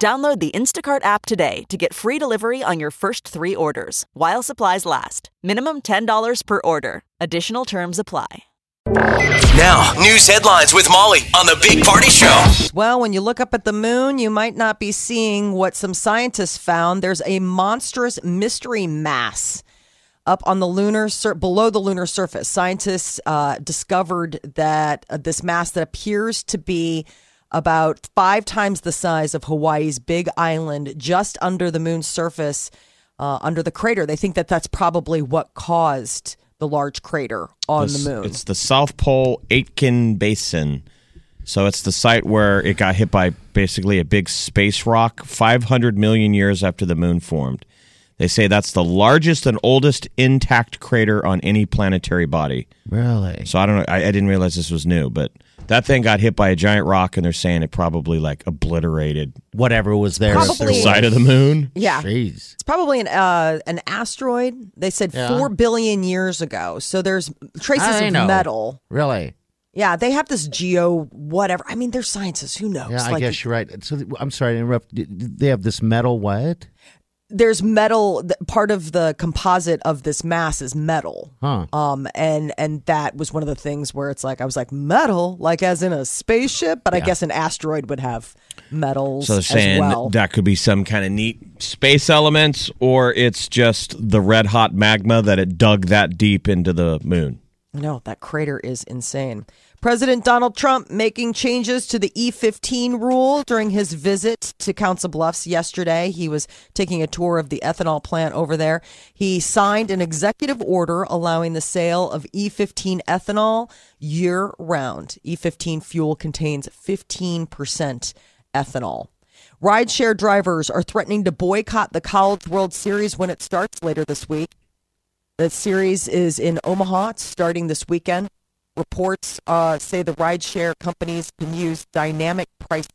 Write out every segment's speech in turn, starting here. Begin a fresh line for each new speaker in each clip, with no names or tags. Download the Instacart app today to get free delivery on your first three orders while supplies last. Minimum $10 per order. Additional terms apply.
Now, news headlines with Molly on the Big Party Show.
Well, when you look up at the moon, you might not be seeing what some scientists found. There's a monstrous mystery mass up on the lunar sur- below the lunar surface. Scientists uh, discovered that uh, this mass that appears to be about five times the size of Hawaii's Big Island, just under the moon's surface, uh, under the crater. They think that that's probably what caused the large crater on the moon.
It's the South Pole Aitken Basin. So it's the site where it got hit by basically a big space rock 500 million years after the moon formed. They say that's the largest and oldest intact crater on any planetary body.
Really?
So I don't know. I, I didn't realize this was new, but that thing got hit by a giant rock, and they're saying it probably like obliterated
Whatever was there. if there
Probably-
was.
side of the moon.
yeah.
Jeez.
It's probably an uh, an asteroid. They said
Yeah.
four billion years ago. So there's traces
I
of
know.
metal.
Really?
Yeah, they have this geo whatever. I mean, they're scientists. Who knows?
Yeah, I guess you're right. So th- I'm sorry to interrupt. D- d- They have this metal what?
there's metal. th- Part of the composite of this mass is metal.
Huh.
Um, and and that was one of the things where it's like I was like metal, like as in a spaceship, but I guess an asteroid would have metals
So they're
as
saying
well.
that could be some kind of neat space elements, or it's just the red hot magma that it dug that deep into the moon.
No, that crater is insane. President Donald Trump making changes to the E15 rule during his visit to Council Bluffs yesterday. He was taking a tour of the ethanol plant over there. He signed an executive order allowing the sale of E15 ethanol year round. E15 fuel contains 15% ethanol. Rideshare drivers are threatening to boycott the College World Series when it starts later this week. The series is in Omaha. It's starting this weekend. Reports uh, say the rideshare companies can use dynamic price.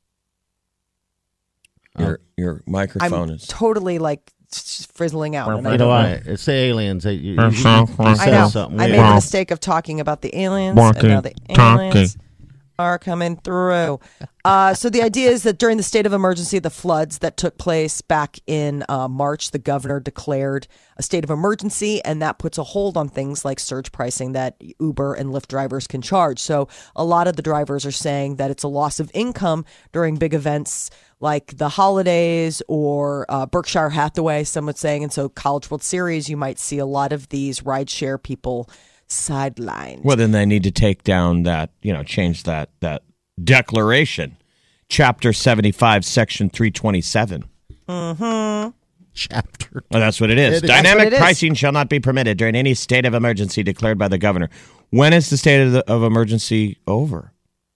Your your microphone
I'm
is.
totally like s- frizzling out. and I
You know
don't-
what? It's the aliens. They, you, you, you
I know.
said something.
I made the
Yeah.
mistake of talking about the aliens, and now the aliens are coming through. Uh, so the idea is that during the state of emergency, the floods that took place back in uh, March, the governor declared a state of emergency, and that puts a hold on things like surge pricing that Uber and Lyft drivers can charge. So a lot of the drivers are saying that it's a loss of income during big events like the holidays or uh, Berkshire Hathaway, someone's saying. And so, College World Series, you might see a lot of these rideshare people sidelined.
Well, then they need to take down that you know change that that declaration, chapter seventy five, section three twenty seven.
Chapter.
Well, that's what it is.
It is.
That's what
Dynamic
it is.
pricing shall not be permitted during any state of emergency declared by the governor. When is the state of, the, of emergency over?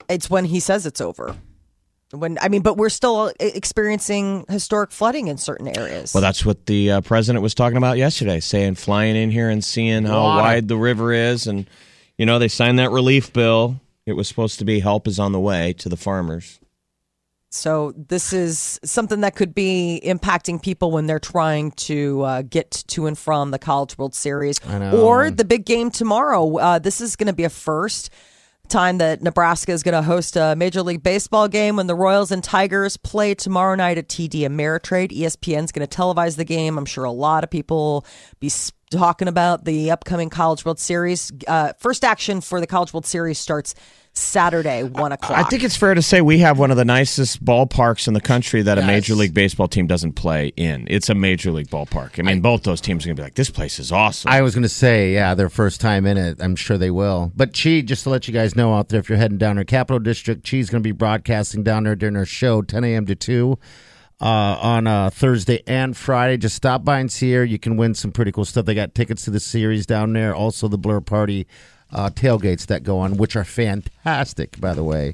It's when he says it's over. When I mean, but we're still experiencing historic flooding in certain areas.
Well, that's what the uh, president was talking about yesterday, saying flying in here and seeing how
Water.
wide the river is. And, you know, they signed that relief bill. It was supposed to be help is on the way to the farmers.
so this is something that could be impacting people when they're trying to uh, get to and from the College World Series or the big game tomorrow. Uh, this is going to be a first time that Nebraska is going to host a Major League Baseball game when the Royals and Tigers play tomorrow night at TD Ameritrade. E ESPN's going to televise the game. I'm sure a lot of people be s- talking about the upcoming College World Series. Uh, first action for the College World Series starts Saturday, one o'clock.
I think it's fair to say we have one of the nicest ballparks in the country that a Major League Baseball team doesn't play in. It's a Major League ballpark. I mean, both those teams are going to be like, this place is awesome.
I was going to say, yeah, their first time in it. I'm sure they will. But Chi, just to let you guys know out there, if you're heading down to Capital District, Chi's going to be broadcasting down there during her show, 10 a.m. to 2 uh, on uh, Thursday and Friday. Just stop by and see her. You can win some pretty cool stuff. They got tickets to the series down there, also the Blur Party uh, tailgates that go on, which are fantastic, by the way.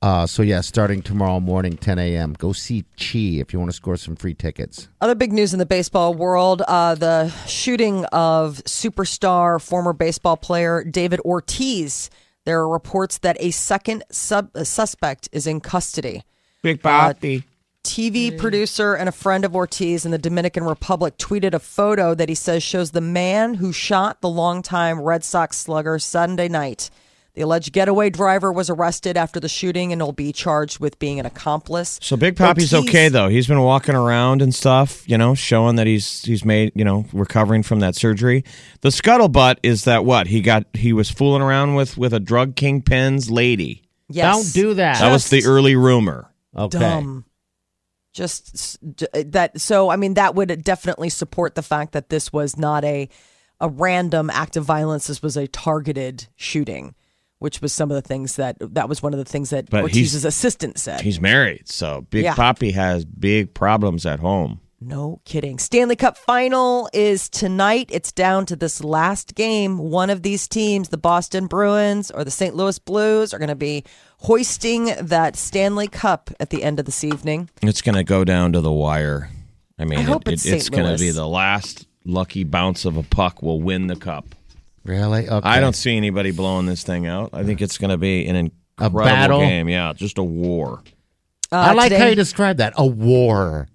Uh, so yeah, starting tomorrow morning, 10 a.m. Go see Chi if you want to score some free tickets.
Other big news in the baseball world uh, the shooting of superstar, former baseball player David Ortiz. There are reports that a second sub- uh, suspect is in custody.
Big Papi.
TV producer and a friend of Ortiz in the Dominican Republic tweeted a photo that he says shows the man who shot the longtime Red Sox slugger Sunday night. The alleged getaway driver was arrested after the shooting and will be charged with being an accomplice.
So Big Poppy's
Ortiz-
okay though. He's been walking around and stuff, you know, showing that he's he's made, you know, recovering from that surgery. The scuttlebutt is that what? He got he was fooling around with with a drug kingpin's lady.
Yes.
Don't do that.
That was the
Just-
early rumor.
Okay.
dumb. Just s- d- uh, that. So, I mean, that would definitely support the fact that this was not a a random act of violence. This was a targeted shooting, which was some of the things that that was one of the things that
But he's-
Ortiz's assistant said.
He's married, so Big
Yeah.
Poppy has big problems at home.
No kidding. Stanley Cup final is tonight. It's down to this last game. One of these teams, the Boston Bruins or the St. Louis Blues, are going to be hoisting that Stanley Cup at the end of this evening.
It's going to go down to the wire. I mean,
I hope
it,
it's
it- it's
St.
going to
Louis.
be the last lucky bounce of a puck will win the cup.
Really? Okay.
I don't see anybody blowing this thing out. I think it's going to be an
A
incredible
battle?
game. Yeah, just a war.
Uh,
I like how
today-
you describe that. A war.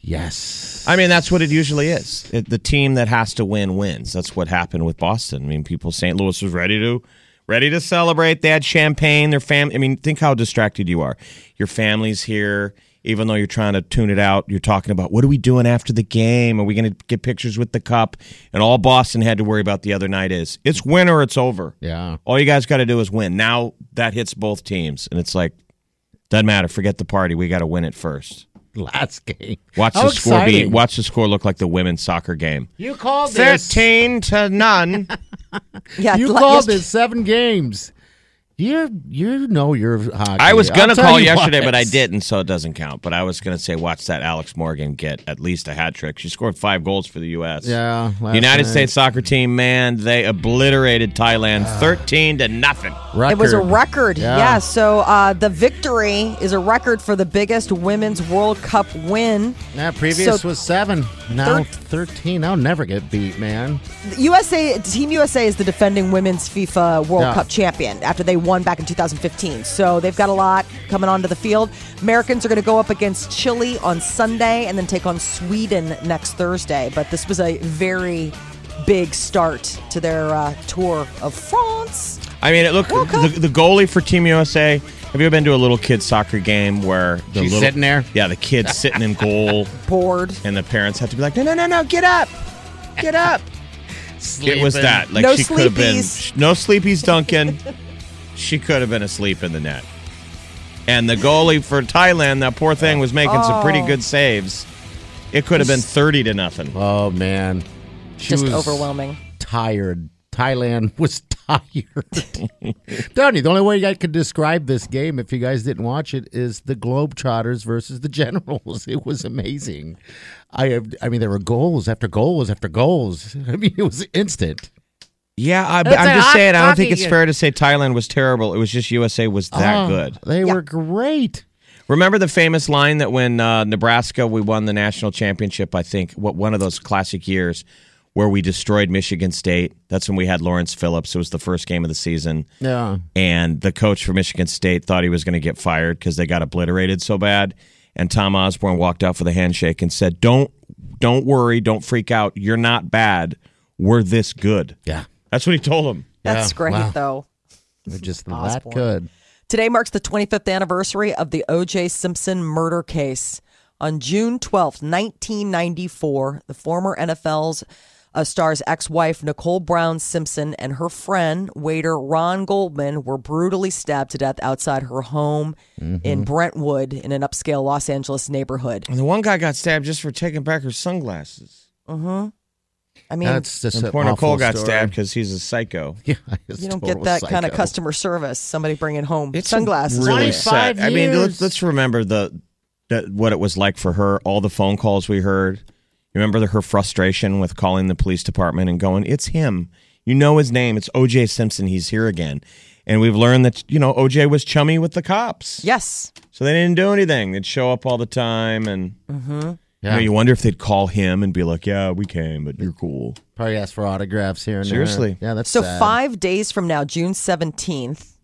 Yes.
I mean, that's what it usually is. It, the team that has to win wins. That's what happened with Boston. I mean, people, St. Louis was ready to ready to celebrate. They had champagne. Their fam. I mean, think how distracted you are. Your family's here. Even though you're trying to tune it out, you're talking about what are we doing after the game? Are we going to get pictures with the cup? And all Boston had to worry about the other night is it's win or it's over.
Yeah.
All you guys got to do is win. Now that hits both teams, and it's like doesn't matter. Forget the party. We got to win it first.
Last game.
Watch
How
the score be.
exciting.
Watch the score look like the women's soccer game.
You called this.
Thirteen to none.
Yeah,
You
la-
called
yes-
this seven games. You you know your hockey.
I was
I'll
gonna
tell
call
you
yesterday,
what.
but I didn't, so it doesn't count. But I was gonna say, watch that Alex Morgan get at least a hat trick. She scored five goals for the U.S.
Yeah,
The
last
United
night.
States soccer team, man, they obliterated Thailand thirteen to nothing.
Record.
It was a record.
Yeah.
Yeah. so uh, the victory is a record for the biggest women's World Cup win.
Yeah, previous
So-
was seven. Now
Thir-
thirteen. I'll never get beat, man.
USA Team USA is the defending women's FIFA World
Yeah.
Cup champion after they won back in 2015. So they've got a lot coming onto the field. Americans are going to go up against Chile on Sunday and then take on Sweden next Thursday. But this was a very big start to their uh, tour of France.
I mean, it looked the, the goalie for Team USA. Have you ever been to a little kid soccer game where the
She's
little-
sitting there?
Yeah, the kid's sitting in goal,
Bored.
and the parents have to be like, no, no, no, no, get up, get up. It was that. Like
No
she could have been
sleepies.
no sleepies, Duncan. she could have been asleep in the net. And the goalie for Thailand, that poor thing, was making some pretty good saves. It could have been thirty to nothing.
Oh man, she
Just
was
overwhelming.
Tired. Thailand was tired. Donnie, the only way I could describe this game, if you guys didn't watch it, is the Globetrotters versus the Generals. It was amazing. I, I mean, there were goals after goals after goals. I mean, it was instant.
Yeah, I,
It's a
am just
hot
saying. I don't
hockey
think it's
game.
fair to say Thailand was terrible. It was just USA was that
Oh,
good.
They were great.
Remember the famous line that when uh, Nebraska we won the national championship, I think what one of those classic years where we destroyed Michigan State. That's when we had Lawrence Phillips. It was the first game of the season.
Yeah.
and the coach for Michigan State thought he was going to get fired because they got obliterated so bad. And Tom Osborne walked out with a handshake and said, "Don't, don't worry, don't freak out. You're not bad. We're this good."
Yeah.
That's what he told him.
That's
Yeah,
great
wow.
though.
They're just that good.
Today marks the 25th anniversary of the O.J. Simpson murder case. On June 12, 1994, the former NFL's uh, star's ex wife, Nicole Brown Simpson, and her friend, waiter Ron Goldman, were brutally stabbed to death outside her home
Mm-hmm.
in Brentwood in an upscale Los Angeles neighborhood.
And the one guy got stabbed just for taking back her sunglasses.
I mean,
That's just
And
an
poor
awful
Nicole got
story.
stabbed because he's a psycho.
Yeah,
you don't get that kind of customer service, somebody bringing home sunglasses.
Really
for you.
sad.
25
I mean, let's,
years.
let's remember the, the what it was like for her. All the phone calls we heard. You Remember the, her frustration with calling the police department and going, "It's him. You know his name. It's O.J. Simpson. He's here again." And we've learned that, you know, OJ was chummy with the cops.
Yes.
So they didn't do anything. They'd show up all the time. And you, know,
Yeah.
you wonder if they'd call him and be like, yeah, we came, but you're cool.
Probably ask for autographs here and there.
Seriously.
Yeah, that's
So
sad.
five days from now, June seventeenth.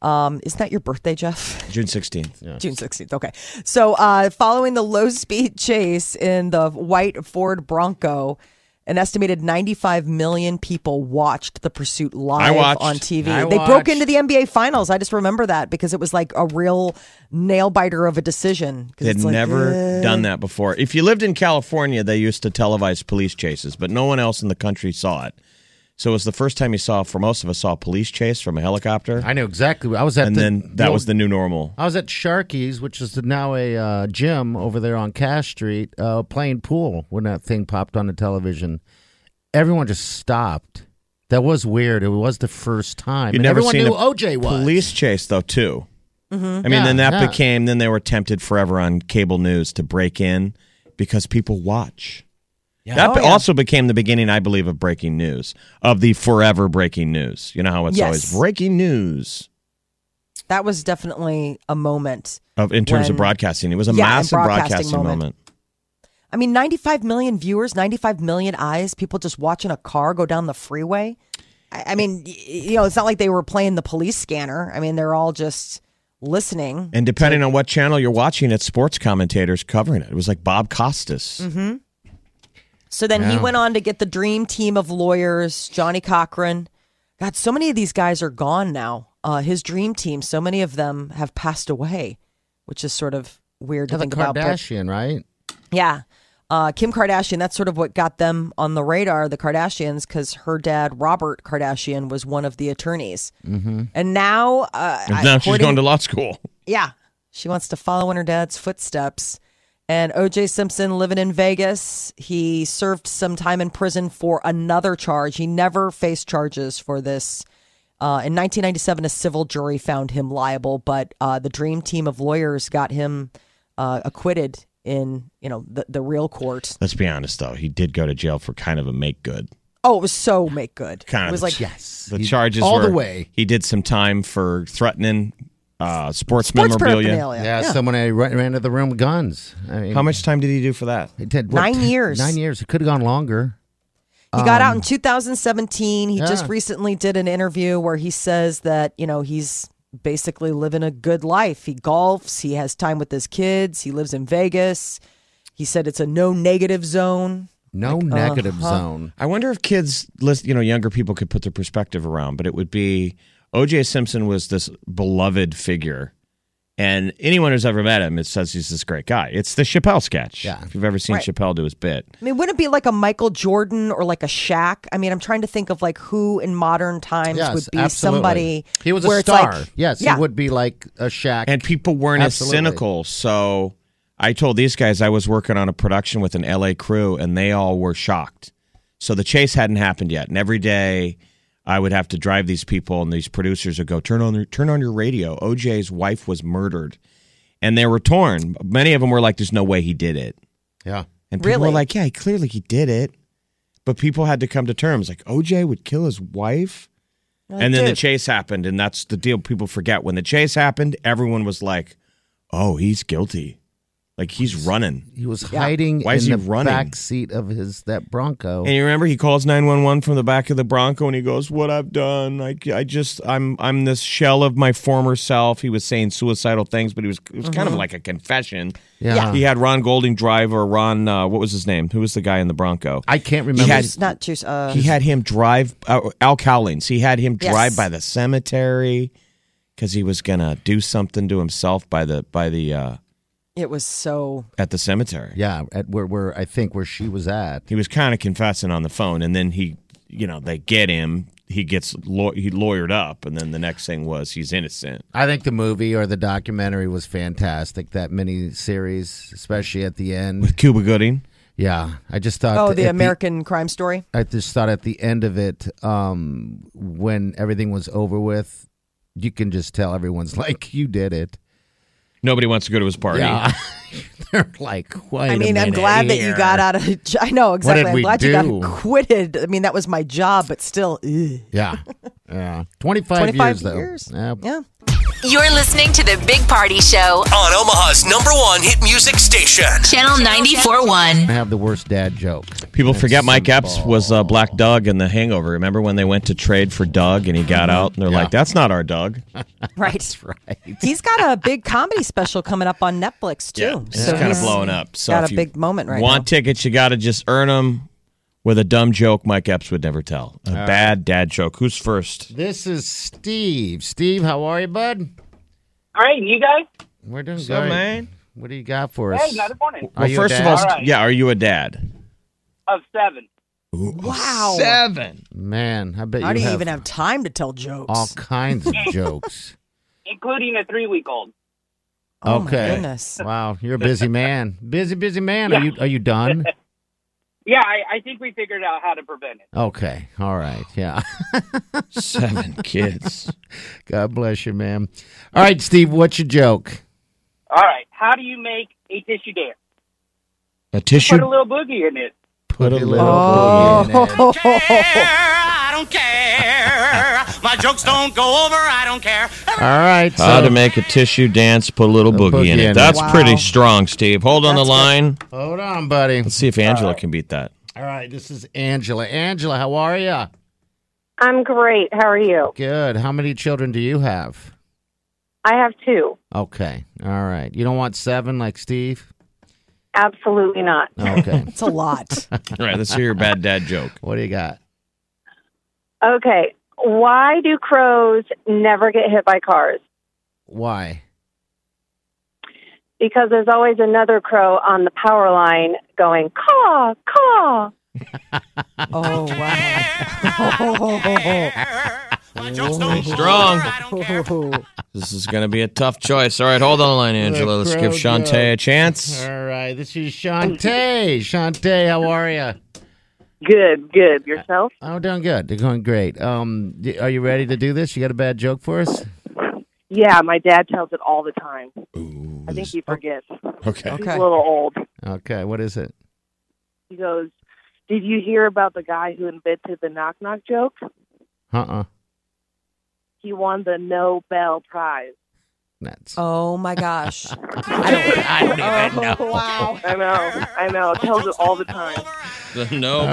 Um, isn't that your birthday, Jeff?
June 16th.
June 16th. Okay. So, uh, following the low speed chase in the white Ford Bronco, an estimated 95 million people watched the pursuit live
watched.
on TV.
I
they broke
watched.
into the NBA Finals. I just remember that because it was like a real nail biter of a decision. 'Cause
They'd
it's like,
never
eh.
done that before. If you lived in California, they used to televise police chases, but no one else in the country saw it. So it was the first time you saw, for most of us, saw a police chase from a helicopter.
I know exactly. what- I was at
and
the,
then that was the new normal.
I was at Sharky's, which is now a uh, gym over there on Cash Street, uh, playing pool when that thing popped on the television. Everyone just stopped. That was weird. It was the first time.
You'd
And
never
everyone
seen
knew
a
OJ was.
police chase though too.
Mm-hmm.
I mean,
Yeah,
then that
yeah.
became then they were tempted forever on cable news to break in because people watch. That
Oh,
be-
yeah.
also became the beginning, I believe, of breaking news of the forever breaking news. You know how it's
Yes.
always breaking news
That was definitely a moment.
of in terms of
When-
broadcasting. It was a
Yeah, and
massive
broadcasting
broadcasting,
moment.
moment.
I mean, 95 million viewers, 95 million eyes, people just watching a car go down the freeway. I, I mean, y- you know, it's not like they were playing the police scanner. I mean, they're all just listening.
And depending on what channel you're watching, it's sports commentators covering it. It was like Bob Costas.
So then he
Yeah.
went on to get the dream team of lawyers, Johnny Cochran. God, so many of these guys are gone now. Uh, his dream team, so many of them have passed away, which is sort of weird to
Yeah, the
think about. but-
Kardashian, right?
Yeah. Uh, Kim Kardashian, that's sort of what got them on the radar, the Kardashians, because her dad, Robert Kardashian, was one of the attorneys. Mm-hmm. And now, uh,
And now she's
according-
going to law school.
yeah, she wants to follow in her dad's footsteps. And OJ Simpson living in Vegas, he served some time in prison for another charge. He never faced charges for this. Uh, in 1997, a civil jury found him liable, but uh, the dream team of lawyers got him uh, acquitted in you know the, the real court.
Let's be honest, though. He did go to jail for kind of a make good.
Oh, it was so make good.
Kind
it
of
was
the
like
Yes.
The
He-
charges
all the
were-
way.
He did some time for threatening uh, sports,
sports
memorabilia.
paraphernalia.
Yeah, someone had run, ran into the room with guns. I mean,
How much time did he do for that?
It did, what,
Nine
ten-
years.
Nine years. It could have gone longer.
He got out in 2017. He just
Um, yeah.
recently did an interview where he says that, you know, he's basically living a good life. He golfs, he has time with his kids, he lives in Vegas. He said it's a no negative zone.
No
uh-huh.
negative zone.
I wonder if kids, list, you know, younger people could put their perspective around, but it would be O.J. Simpson was this beloved figure, and anyone who's ever met him, it says he's this great guy. It's the Chappelle sketch.
Yeah.
If you've ever seen
Right.
Chappelle do his bit,
I mean, wouldn't it be like a Michael Jordan or like a Shaq? I mean, I'm trying to think of like who in modern times
Yes,
would be
absolutely.
somebody.
He was
where
a
it's like-
star. yes,
yeah.
he would be like a Shaq.
and people weren't
Absolutely.
as cynical. So I told these guys I was working on a production with an LA crew, and they all were shocked. So the chase hadn't happened yet, and every day I would have to drive these people, and these producers would go, "Turn on your turn on your radio. OJ's wife was murdered," and they were torn. Many of them were like, "There's no way he did it,"
yeah.
and people
Really?
were like, "Yeah, he- clearly he did it," but people had to come to terms like OJ would kill his wife
Like,
and then the
dude,
chase happened, and that's the deal people forget. When the chase happened, everyone was like, "Oh, he's guilty. Like he's running."
He was hiding
Why
in
is
the
he running?
back seat of his that Bronco.
And you remember he calls 911 from the back of the Bronco and he goes, "What I've done. I, I just I'm I'm this shell of my former self." He was saying suicidal things, but he was it was kind of like a confession.
yeah.
He had Ron Golding drive or Ron uh, what was his name? Who was the guy in the Bronco?
I can't remember.
He had-
juice- not juice. Uh,
he had him drive uh, Al Cowlings. He had him
Yes.
drive by the cemetery because he was gonna do something to himself by the by the uh,
it was so
at the cemetery.
yeah, at where where I think where she was at.
He was kind of confessing on the phone, and then he, you know, they get him. He gets law- he lawyered up, and then the next thing was he's innocent.
I think the movie or the documentary was fantastic. That mini series, especially at the end.
Cuba Gooding.
Yeah, I just thought.
oh
that
the
at
American crime story.
I just thought at the end of it, um, when everything was over with, you can just tell everyone's like, "You did it."
Nobody wants to go to his party.
Yeah, They're like, wait.
I mean,
i
I'm glad that you got out of. I know exactly.
did
I'm
we
glad
do?
you got quitted. I mean, that was my job, but still, ugh.
Yeah, yeah. Twenty five
25
years
years.
though. Yeah.
yeah.
You're listening to the Big Party Show,
On Omaha's number one hit music station.
Channel 94.1.
I have the worst dad joke.
People forget Mike Epps was uh, Black Doug in The Hangover. Remember when they went to trade for Doug and he got out and they're like, "That's not our Doug."
Right. He's got a big comedy special coming up on Netflix too.
it's kind of
he's
blowing up. So
got
if
a
you
big moment right
want
now.
tickets, you got to just earn them with a dumb joke Mike Epps would never tell. A bad dad joke. Who's first?
This is Steve. Steve, how are you, bud?
Great, and you guys?
We're doing
So,
great.
man?
What do you got for us?
Hey, another morning.
Are
well,
you a
first of
dad?
all,
All right.
yeah, are you a dad?
Of seven.
Wow.
Seven.
man, I bet
How
you,
do you
have
even have time to tell jokes?
all kinds of jokes.
Including a three week old.
oh
okay.
my goodness.
Wow, you're a busy man. Busy, busy man. Are you are you done?
Yeah, I, I think we figured out how to prevent it.
Okay. All right. Yeah.
Seven kids.
God bless you, man. All right, Steve, what's your joke?
All right. How do you make a tissue dance?
A
Put
tissue.
a little boogie in it.
Put,
a
oh.
I don't care. My jokes don't go over. I don't care.
All right. So,
How to make a tissue dance, put a little boogie, in it. That's
Wow.
pretty strong, Steve. Hold on the line.
hold on, buddy.
Let's see if Angela can beat that.
All right. This is Angela. Angela, how are you?
I'm great. How are you?
Good. How many children do you have?
I have two.
Okay. All right. You don't want seven like Steve?
Absolutely not.
Okay.
It's a lot.
All right, let's hear your bad dad joke.
what do you got?
Okay. Why do crows never get hit by cars?
Why?
Because there's always another crow on the power line going caw caw.
Oh wow.
My jokes don't go
Strong.
over. I don't care.
This is going to be a tough choice. All right, hold on the line, Angela. Let's give
crowd
Shantae
goes.
a chance.
All right. This is Shantae. Shantae, how are you?
Good, good. Yourself?
Oh, doing good. They're going great. Um, y- are you ready to do this? You got a bad joke for us?
Yeah, my dad tells it all the time. I think he forgets.
Okay.
He's
Okay.
a little old.
Okay. What is it?
He goes, Did you hear about the guy who invented the knock knock joke?
Uh uh
He won the Nobel Prize.
That's
Oh my gosh. I don't, I don't even know. Wow.
I know, I know. Tells it all the time.
No,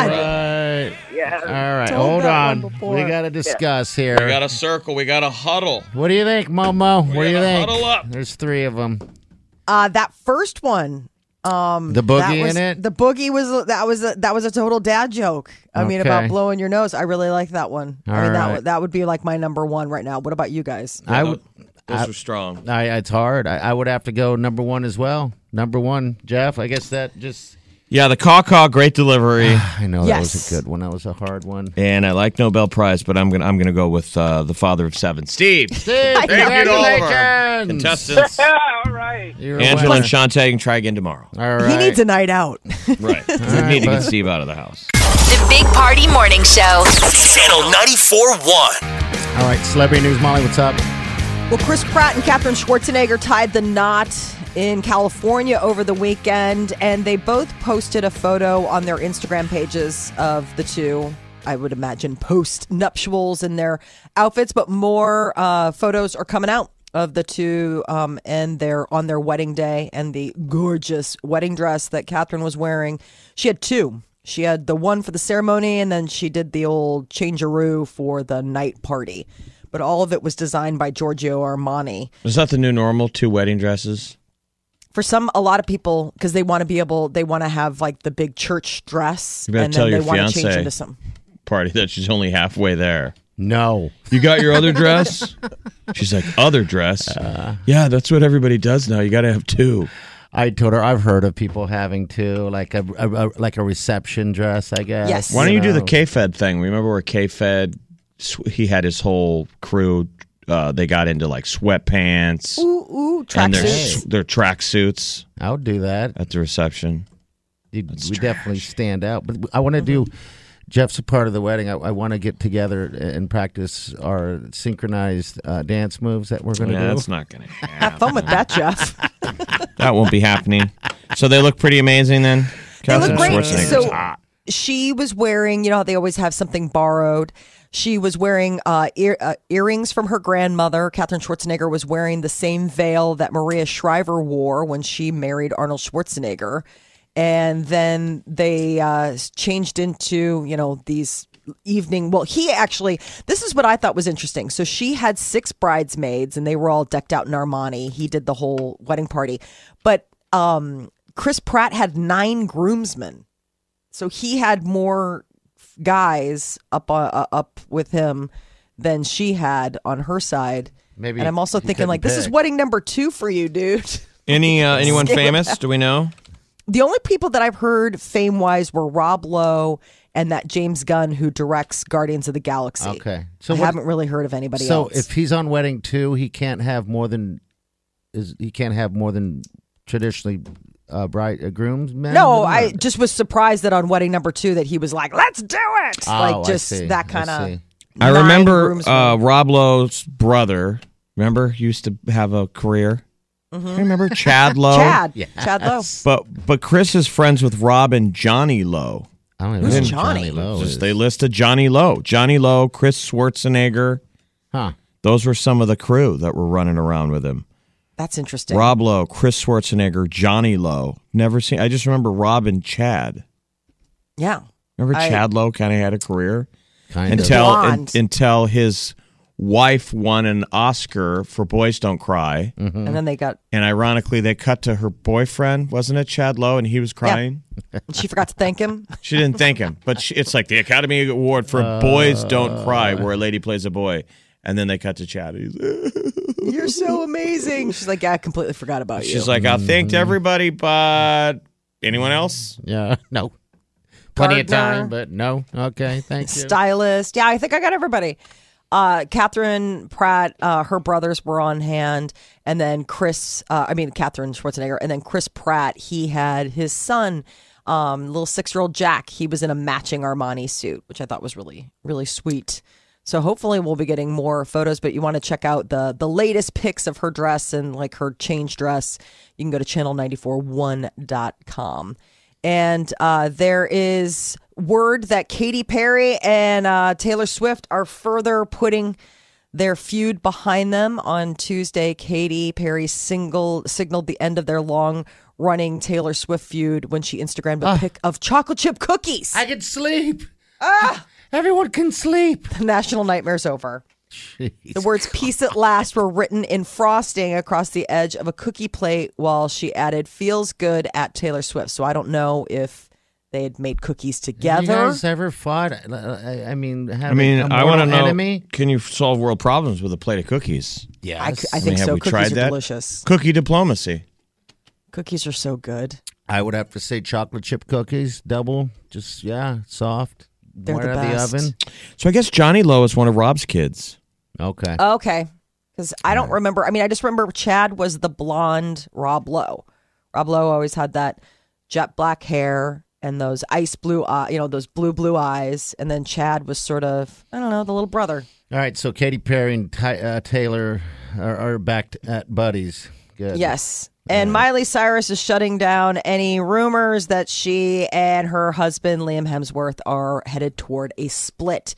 Dad!
All right.
Yeah.
All right.
Told
Hold
that
on.
one before.
We got to discuss here.
We got a circle. We got a huddle.
what do you think, Momo? What do you
gotta
think?
huddle up.
There's three of them.
Uh, that first one. Um,
The boogie
that was-
in it?
The boogie was that was a, that was a total dad joke. I mean,
Okay.
about blowing your nose. I really like that one.
All
I mean, that
right.
would- that would be like my number one right now. What about you guys?
I would.
Those were strong.
I, it's hard. I, I would have to go number one as well. Number one, Jeff. I guess that just.
Yeah, the caw caw, great delivery.
I know that
Yes.
was a good one. That was a hard one.
And I like Nobel Prize, but I'm gonna I'm gonna go with uh, the father of seven, Steve.
Steve,
it over.
congratulations.
Contestants,
Yeah, all right.
You're a
Angela and
winner.
Shantae can try again tomorrow.
All right.
He needs a night out.
Right, we need to get Steve out of the house.
The Big Party Morning Show.
Channel 94.1.
All right. Celebrity news, Molly. What's up?
Well, Chris Pratt and Katherine Schwarzenegger tied the knot in California over the weekend, and they both posted a photo on their Instagram pages of the two. I would imagine post nuptials in their outfits, but more uh, photos are coming out of the two, um, and they're on their wedding day and the gorgeous wedding dress that Catherine was wearing. She had two. She had the one for the ceremony, and then she did the old changeroo for the night party. But all of it was designed by Giorgio Armani.
Is that the new normal? Two wedding dresses.
For some, a lot of people, because they want to be able, they want to have like the big church dress,
You better
and
tell
then
your
they want to change
fiancé.
into something.
Party that she's only halfway there.
No.
You got your other dress? She's like, other dress? yeah, that's what everybody does now. You got to have two.
I told her I've heard of people having to like a, a- a- like a reception dress. I guess.
Yes.
Why don't you do the
know.
K-Fed thing? Remember where K-Fed, sw- he had his whole crew, uh, they got into like sweatpants
Ooh, ooh,
and their,
tracksuits.
s- their tracksuits
I'll do that.
at the reception.
You- we definitely stand out. But I want to do.
Mm-hmm.
Jeff's a part of the wedding. I, I want to get together and practice our synchronized uh, dance moves that we're going to
Yeah,
do.
that's not going to happen.
Have fun with that, Jeff.
That won't be happening. So they look pretty amazing then.
They look
Katherine
great.
Schwarzenegger's
So
hot.
she was wearing, you know, how they always have something borrowed. She was wearing uh, ear, uh, earrings from her grandmother. Katherine Schwarzenegger was wearing the same veil that Maria Shriver wore when she married Arnold Schwarzenegger. And then they uh, changed into, you know, these evening. Well, he actually, this is what I thought was interesting. So she had six bridesmaids and they were all decked out in Armani. He did the whole wedding party. But um, Chris Pratt had nine groomsmen. So he had more f- guys up uh, uh, up with him than she had on her side.
Maybe
and I'm also
he
thinking
couldn't
like this is
pick.
wedding number two for you, dude.
Any uh, anyone famous? Do we know?
The only people that I've heard fame wise were Rob Lowe and that James Gunn who directs Guardians of the Galaxy.
Okay.
so
So
I
what-
haven't really heard of anybody
So
else.
if he's on wedding two, he can't have more than is he can't have more than traditionally uh, bride uh, groomsmen.
no,
Or-
I just was surprised that on wedding number two that he was like, "Let's do it!"
Oh,
like
I
just
see,
that
I
kind of.
see.
I
nine
remember
groomsmen.
uh, Rob Lowe's brother. Remember, he used to have a career. I remember Chad Lowe.
Mm-hmm. Chad, Chad Lowe.
But but Chris is friends with Rob and Johnny Lowe.
I don't even
Who's
know who
Johnny?
Lowe
Just
is.
they listed Johnny Lowe, Johnny Lowe, Chris Schwarzenegger.
huh.
Those were some of the crew that were running around with him.
That's interesting.
Rob Lowe, Chris Schwarzenegger, Johnny Lowe. Never seen. I just remember Rob and Chad.
yeah,
Remember
I-
Chad Lowe kind of had a career
Kind of.
until
Blonde.
un- until his wife won an Oscar for Boys Don't Cry,
Mm-hmm.
and then they got
and ironically they cut to her boyfriend. Wasn't it Chad Lowe? And he was crying.
And she forgot to thank him.
She didn't thank him, but she, it's like the Academy Award for Boys Don't Cry, where a lady plays a boy, and then they cut to Chad. He's, uh,
You're so amazing. She's like, yeah, I completely forgot about you.
She's like, I thanked
Mm-hmm.
everybody, but anyone else?
yeah. No. Plenty of
Partner.
time, but no. Okay. Thank you.
stylist. Yeah, I think I got everybody. Uh, Catherine Pratt, uh, her brothers were on hand, and then Chris. Uh, I mean, Catherine Schwarzenegger, and then Chris Pratt. He had his son, um, little six-year-old Jack. He was in a matching Armani suit, which I thought was really, really sweet. So hopefully we'll be getting more photos. But you want to check out the the latest pics of her dress and like her change dress. You can go to channel941.com and uh, there is word that Katy Perry and uh, Taylor Swift are further putting their feud behind them. On Tuesday, Katy Perry single signaled the end of their long running Taylor Swift feud when she Instagrammed a pic of chocolate chip cookies.
Ah. I can sleep.
Ah!
Everyone can sleep.
the national nightmare's over. The words peace at last were written in frosting across the edge of a cookie plate while she added feels good at Taylor Swift. So I don't know if they had made cookies
Have
together.
you guys ever fought? I, I mean,
I mean, I want to know.
Enemy?
Can you solve world problems with a plate of cookies?
Yeah.
I, c- I
mean,
think
have
so.
we
Cookies
tried
are
that?
delicious.
Cookie diplomacy.
Cookies are so good.
I would have to say chocolate chip cookies, double, just yeah, soft,
They're
right
the
out of
best.
the oven.
So I guess Johnny Lowe is one of Rob's kids.
Okay,
Oh, Okay, because I don't remember. I mean, I just remember Chad was the blonde Rob Lowe. Rob Lowe always had that jet black hair and those ice blue, eye, you know, those blue blue eyes. And then Chad was sort of, I don't know, the little brother.
all right. So Katy Perry and Ty, uh, Taylor are, are back t- at buddies. Good.
Yes. And Miley Cyrus is shutting down any rumors that she and her husband, Liam Hemsworth, are headed toward a split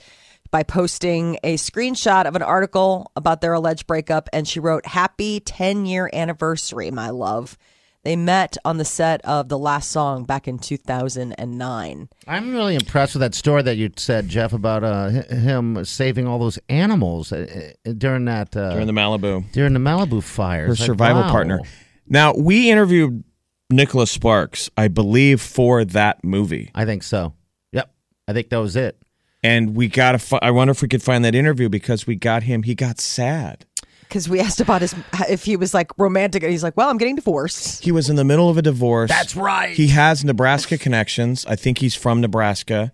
by posting a screenshot of an article about their alleged breakup. And she wrote, Happy 10 year anniversary, my love. They met on the set of the last song back in 2009.
I'm really impressed with that story that you said, Jeff, about uh, hi- him saving all those animals uh, uh, during that uh,
During the Malibu.
during the Malibu fire.
Her
It's like,
survival
wow.
partner. Now, we interviewed Nicholas Sparks, I believe, for that movie.
I think so. Yep, I think that was it.
And we got to, fi- I wonder if we could find that interview because we got him, he got sad.
Because we asked about his, if he was like romantic, and he's like, Well, I'm getting divorced.
He was in the middle of a divorce.
That's right.
He has Nebraska connections. I think he's from Nebraska.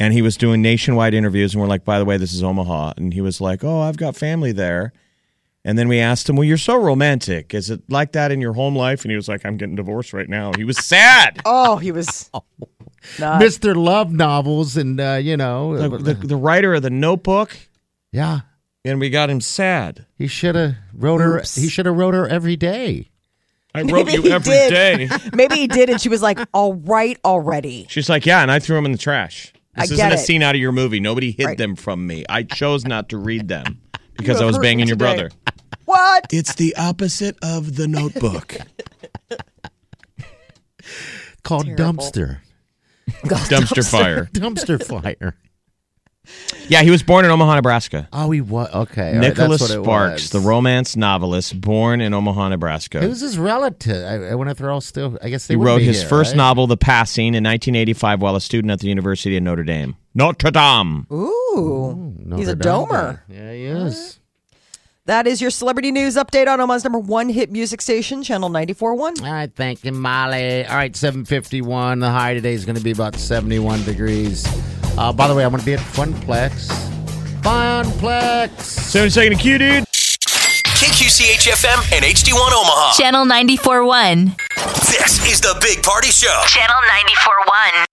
And he was doing nationwide interviews. And we're like, by the way, this is Omaha. And he was like, oh, I've got family there. And then we asked him, well, you're so romantic. Is it like that in your home life? And he was like, I'm getting divorced right now. He was sad.
Oh, he was. not-
Mr. Love novels and uh, you know,
Uh, The, the, the writer of the notebook.
yeah.
And we got him sad.
He should have wrote her.
Oops.
He should have wrote her every day.
I wrote
Maybe
you
he
every day.
did. Maybe he did, and she was like, "All right, already."
She's like, yeah, and I threw them in the trash.
I
This
get
isn't a
it.
scene out of your movie. Nobody hid
Right.
them from me. I chose not to read them because
You're
I
a
was
person
banging your
today.
brother.
What?
It's the opposite of the notebook.
Called
Terrible.
dumpster.
Dumpster fire.
Dumpster fire.
Yeah, he was born in Omaha, Nebraska.
Oh, he was okay. all right, that's
Nicholas
what it
Sparks,
was.
the romance novelist, born in Omaha, Nebraska.
Who's his relative? I, I wonder if they're all still. I guess they
He
would
wrote
be
his
here,
first
right?
novel, The Passing, in 1985 while a student at the University of Notre Dame. Notre Dame.
Ooh,
No,
he's a
they're not.
domer.
Yeah, he is.
That is your celebrity news update on Omaha's number one hit music station, Channel 94.1.
All right, thank you, Molly. All right, 751. The high today is going to be about 71 degrees. Uh, by the way, I'm going to be at Funplex. Funplex.
70 second to Q, dude.
KQCHFM and HD1 Omaha.
Channel 94.1.
This is the Big Party Show.
Channel 94.1.